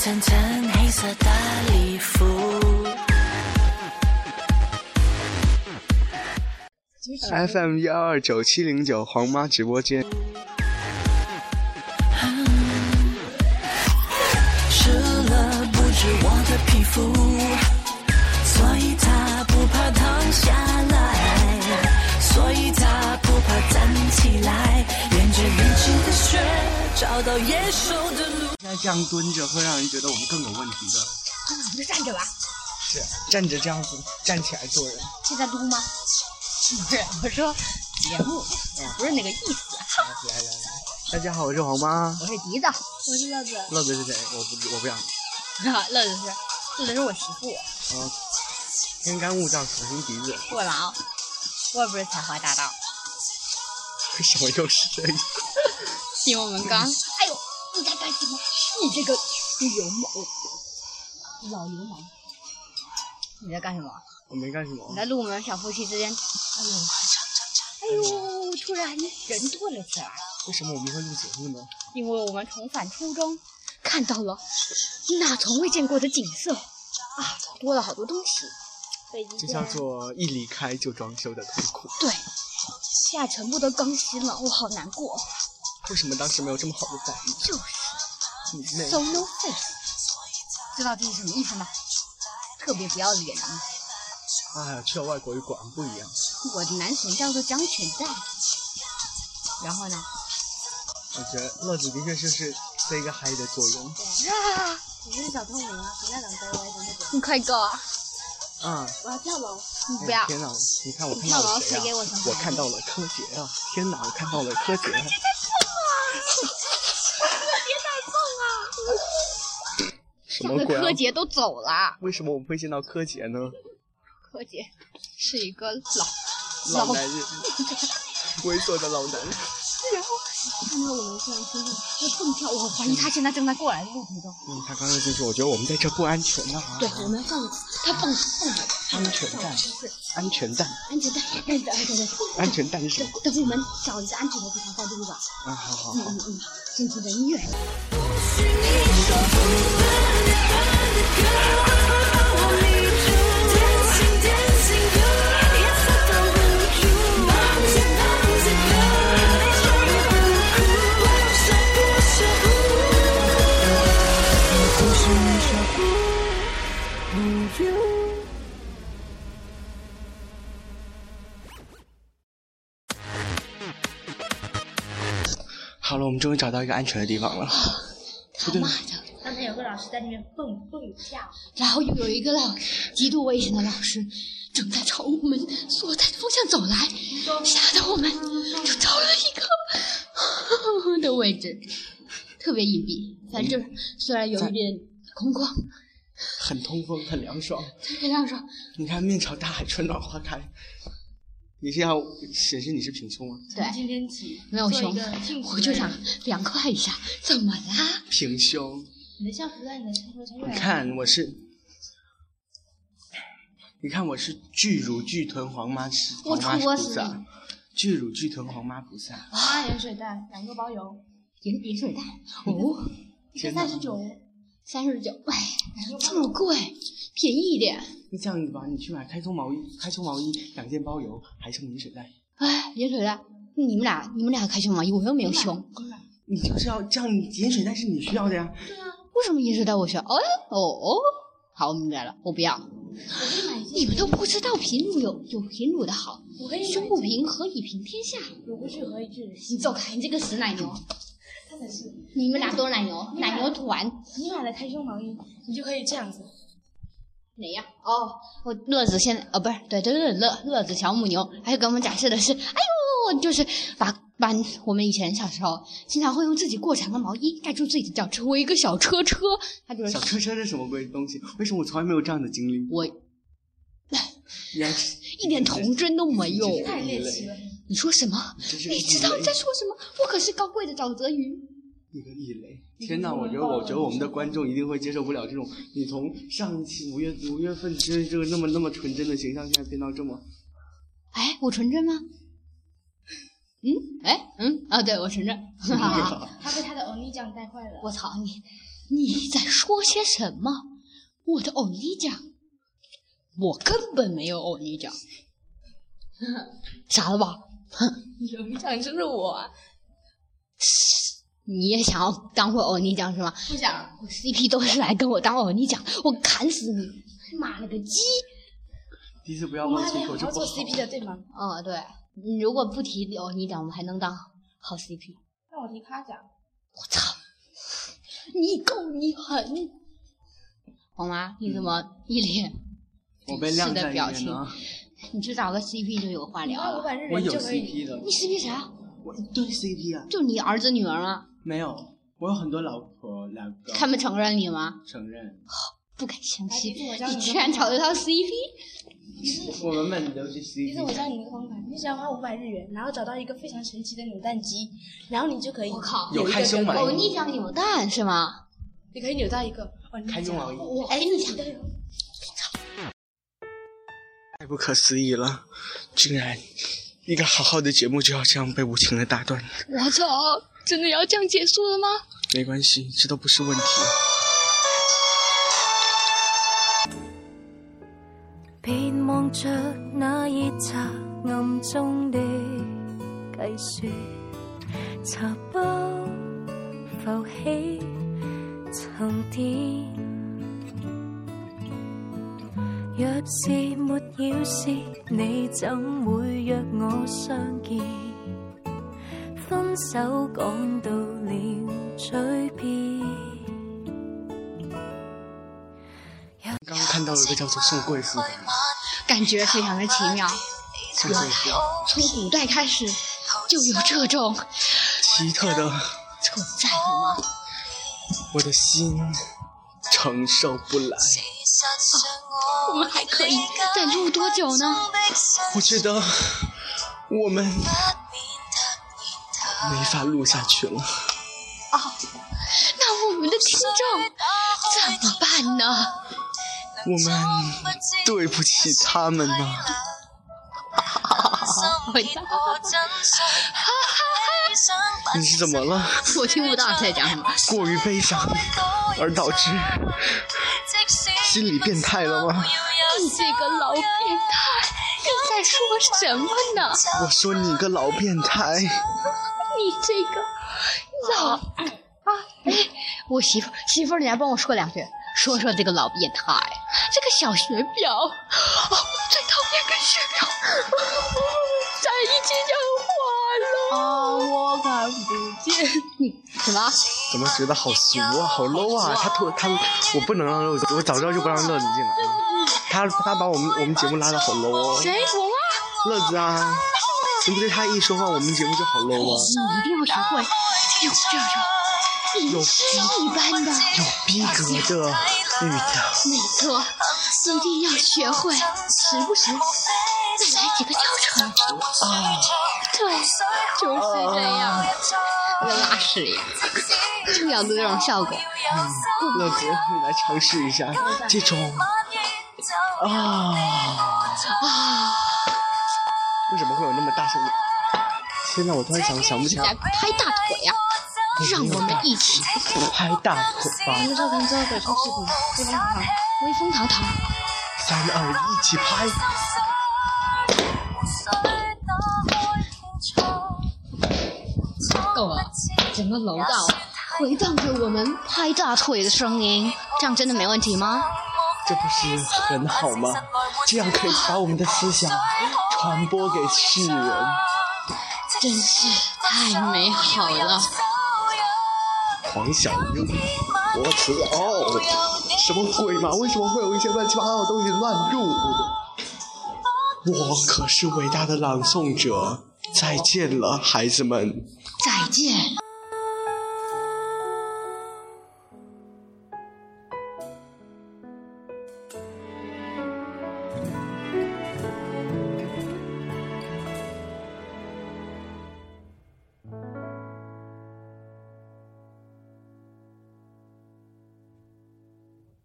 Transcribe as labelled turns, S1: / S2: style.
S1: 襯襯黑色打禮服。
S2: 其实
S3: FM 幺二九七零九黄妈直播间，
S1: 湿了不止我的皮肤，所以它不怕躺下来，所以它不怕站起来，沿着年轻的雪找到野兽的路。
S3: 现在这样蹲着会让人觉得我们更有问题的。
S2: 那你不是站着吧？
S3: 是站着这样子站起来做人，
S2: 是在撸吗？不是，我说节目不是那个意思。
S3: 来来来，大家好，我是黄妈。
S2: 我是笛子，我是乐子，
S3: 乐子是谁？我不我不想。
S2: 乐子是乐子是我媳妇，
S3: 啊，天干物燥，小心鼻子。
S2: 过劳，我也不是才华大盗，
S3: 为什么又是这一个？
S2: 因为我们刚。哎呦，你在干什么？你这个流氓，老流氓！你在干什么？
S3: 我没干什么
S2: 你。在录我们小夫妻之间？哎呦，哎呦，突然人多了起来。
S3: 为什么我们会录节目呢？
S2: 因为我们重返初中，看到了那从未见过的景色啊，多了好多东西。北极
S3: 这
S2: 圈
S3: 叫做一离开就装修的痛苦。
S2: 对，现在全部都更新了，我好难过。
S3: 为什么当时没有这么好的反应？
S2: 就是
S3: 你那
S2: so no face，知道这是什么意思吗？特别不要脸啊！
S3: 哎呀，去了外国语果然不一样。
S2: 我的男神叫做张全赞。然后呢？
S3: 我觉得乐子的确就是这个嗨的作用
S2: 啊！你是小透明啊，不要长乖歪的那种。你快go 啊！
S3: 啊！
S2: 我要跳楼！你
S3: 哎
S2: 不要！
S3: 天哪，你看我
S2: 你
S3: 看
S2: 看
S3: 到
S2: 我要
S3: 了
S2: 死
S3: 谁
S2: 给
S3: 呀、
S2: 我什么
S3: 我看到了柯洁啊！天哪，我看到了柯洁、啊。什么
S2: 那
S3: 鬼、啊
S2: 柯？洁都走了。
S3: 为什么我们会见到柯洁呢？
S2: 柯洁是一个老
S3: 老男人，猥琐的老男人。
S2: 然后看到我们这样真的就蹦跳，我怀疑他现在正在过来的路途中。
S3: 嗯，他刚刚进去，我觉得我们在这不安全呐、
S2: 对，我们要放他蹦蹦的
S3: 安全带，安全带，
S2: 安全带，对对对对，
S3: 安全带是什么？
S2: 等等我们找一个安全的地方放这个吧。
S3: 啊，好好
S2: 嗯
S3: 好
S2: 嗯，嗯，先听着音乐。
S3: 好了，我们终于找到一个安全的地方了。不对，
S4: 刚才有个老师在那边蹦蹦一下，
S2: 然后又有一个老极度危险的老师正在朝我们所在的方向走来，吓得我们就找了一个 的位置，特别隐蔽。反正虽然有一点空旷，
S4: 嗯
S3: 很通风，很凉爽。
S2: 特别凉爽。
S3: 你看，面朝大海，春暖花开。你是要显示你是平胸吗？
S2: 对，
S4: 今天起
S2: 没有
S4: 做
S2: 胸
S4: 一个幸，福
S2: 哦我就
S4: 的
S2: 想
S4: 人
S2: 凉快一下。怎么啦？
S3: 平胸，
S4: 你的校服在你的生活中越来
S3: 你
S4: 越
S3: 看我是，你看我是巨乳巨臀黄妈是
S2: 我
S3: 黄妈
S2: 戳
S3: 菩
S2: 死
S3: 萨，巨乳巨臀黄妈菩萨。
S4: 妈盐水蛋两个包邮，
S2: 盐盐 水蛋哦，
S4: 一个
S3: 天哪
S4: 三十九，
S2: 三十九，哎，
S4: 两个
S2: 这
S4: 包
S2: 么
S4: 邮。
S2: 贵，便宜一点。
S3: 那这样子吧，你去买开胸毛衣，开胸毛衣两件包邮，还送你水袋。
S2: 哎，盐水蛋，你们俩你们俩开胸毛衣，我又没有胸。
S3: 你就是要这样，你盐水袋是你需要的呀。
S2: 为什么盐水蛋我需要？哦哦哦，好，我明白了，我不要。你们都不知道平乳有有平乳的好，
S4: 我跟你说
S2: 胸，不平何以平天下？
S4: 我不去何一致，
S2: 你走开，你这个死奶牛！
S4: 他才是。
S2: 你们俩都是奶牛，
S4: 你
S2: 奶
S4: 俩
S2: 牛团
S4: 你买了开胸毛衣，你就可以这样子。
S2: 哪样？哦，我乐子现在哦，不是，对对对，乐乐子小母牛，还有给我们展示的是，哎呦，就是把把我们以前小时候经常会用自己过长的毛衣盖住自己的脚，成为一个小车车，它就是
S3: 小车车是什么鬼东西？为什么我从来没有这样的经历？
S2: 我
S3: 原来是
S2: 一点童真都没有。
S4: 太猎奇了，
S2: 你说什么？
S3: 这是
S2: 你知道你在说什么？我可是高贵的沼泽鱼。
S3: 一个异类。天呐，我觉得，我觉得我们的观众一定会接受不了这种你从上一期五月五月份这这个那么那么纯真的形象，现在变到这 么
S2: 哎，我纯真吗？嗯，哦 哎，嗯，啊，对我纯真。
S4: 他被他的欧尼酱带坏了。
S2: 我操你！你在说些什么？我的欧尼酱，我根本没有欧尼 酱，傻了吧？
S4: 有一场就是我，啊
S2: 你也想要当我欧尼酱是吗？
S4: 不想
S2: 我 CP 都是来跟我当欧尼酱，我砍死你！妈了个鸡！
S3: 第一次不要
S4: 我
S3: 忘
S4: 们还
S3: 记
S4: 得好
S3: 口就
S4: 好
S3: 不
S4: 做
S3: 好。
S4: CP 的，对吗？
S2: 哦，对，你如果不提欧尼酱，我们还能当好 CP。
S4: 那我提他讲，
S2: 我操！你够你狠！好吗？你怎么一脸？
S3: 我被晾在
S2: 的
S3: 里
S2: 表
S3: 面
S2: 情
S3: 呢。
S2: 你去找个 CP 就有话
S4: 你
S2: 聊
S4: 帮我
S2: 了。
S4: 把日
S3: 我
S4: 人
S3: 有
S4: 就可
S3: CP
S4: 以。
S3: 的
S2: 你，CP 谁啊？
S3: 我一堆 CP 啊，
S2: 就你儿子女儿吗？
S3: 没有，我有很多老婆老公。
S2: 他们承认你吗？
S3: 承认，
S2: 不敢相信，
S4: 哎我教你
S2: 你居然找得到 CP？
S3: 我们满都是
S4: 其实我
S3: CP。
S4: 教你一个方法，你只要花五百日元，然后找到一个非常神奇的扭蛋机，然后你就可以
S2: 我靠
S4: 有
S3: 有
S4: 一
S3: 开
S4: 个
S3: 胸吗
S4: 跟
S2: 欧
S3: 哎
S2: 尼酱扭蛋是吗？
S4: 你可以扭到一个哦，你
S3: 开
S4: 讲
S3: 胸王一，
S2: 我哎，你想
S4: 对哦
S3: 太不可思议了，竟然一个好好的节目就要这样被无情的打断。
S2: 我操，真的要这样结束了吗？
S3: 没关系，这都不是问题。
S1: 别望着那热茶暗中的计算，茶包浮起沉淀。若是没要事，你怎会约我相见？分手讲到了嘴边。
S3: 刚刚看到了一个叫做宋贵妇的，
S2: 感觉非常的奇妙，
S3: 宋贵妇
S2: 从古代开始就有这种
S3: 奇特的，
S2: 存在了吗？
S3: 我的心承受不来。
S2: 我们还可以再录多久呢？
S3: 我觉得我们没法录下去了。
S2: 那我们的听众怎么办呢？
S3: 我们对不起他们呢、
S2: 回家。
S3: 你是怎么了？
S2: 我听不到你在讲什么。
S3: 过于悲伤而导致心理变态了吗？
S2: 你这个老变态，你在说什么呢？
S3: 我说你个老变态！
S2: 你这个老啊！哎，我媳妇儿媳妇儿，你来帮我说两句，说说这个老变态，这个小学表，哦，我最讨厌跟学表在一起讲话了。啊，我看不见你什么？
S3: 怎么觉得好俗啊，好 low 啊！他突他，我不能让乐子，我早知道就不让乐子进来了。他他把我们我们节目拉的好 low 哦，
S2: 谁？我吗？
S3: 乐子啊，你不觉得他一说话，我们节目就好 low 啊？
S2: 你一定要学会用这种
S3: 有
S2: 银针一般的
S3: 有逼格的语调。
S2: 没错，一定要学会，时不时再来几个教程。
S3: 啊，
S2: 对，就是这样。拉屎呀，就要这种效果。
S3: 乐子，你来尝试一下这种啊，
S2: 啊，
S3: 为什么会有那么大声的？现在我突然想想不起
S2: 来
S3: 来，
S2: 拍大腿呀、让我们一起
S3: 拍大腿吧，
S4: 我们照片之后可以出视频，对吧？
S2: 威风堂堂。
S3: 三二一，一起拍！
S2: 够了，整个楼道回荡着我们拍大腿的声音，这样真的没问题吗？
S3: 这不是很好吗？这样可以把我们的思想传播给世人。
S2: 真是太美好了。
S3: 黄小英，我操！哦，什么鬼嘛？为什么会有一些乱七八糟的东西乱入？我可是伟大的朗诵者，再见了，孩子们。
S2: 再见。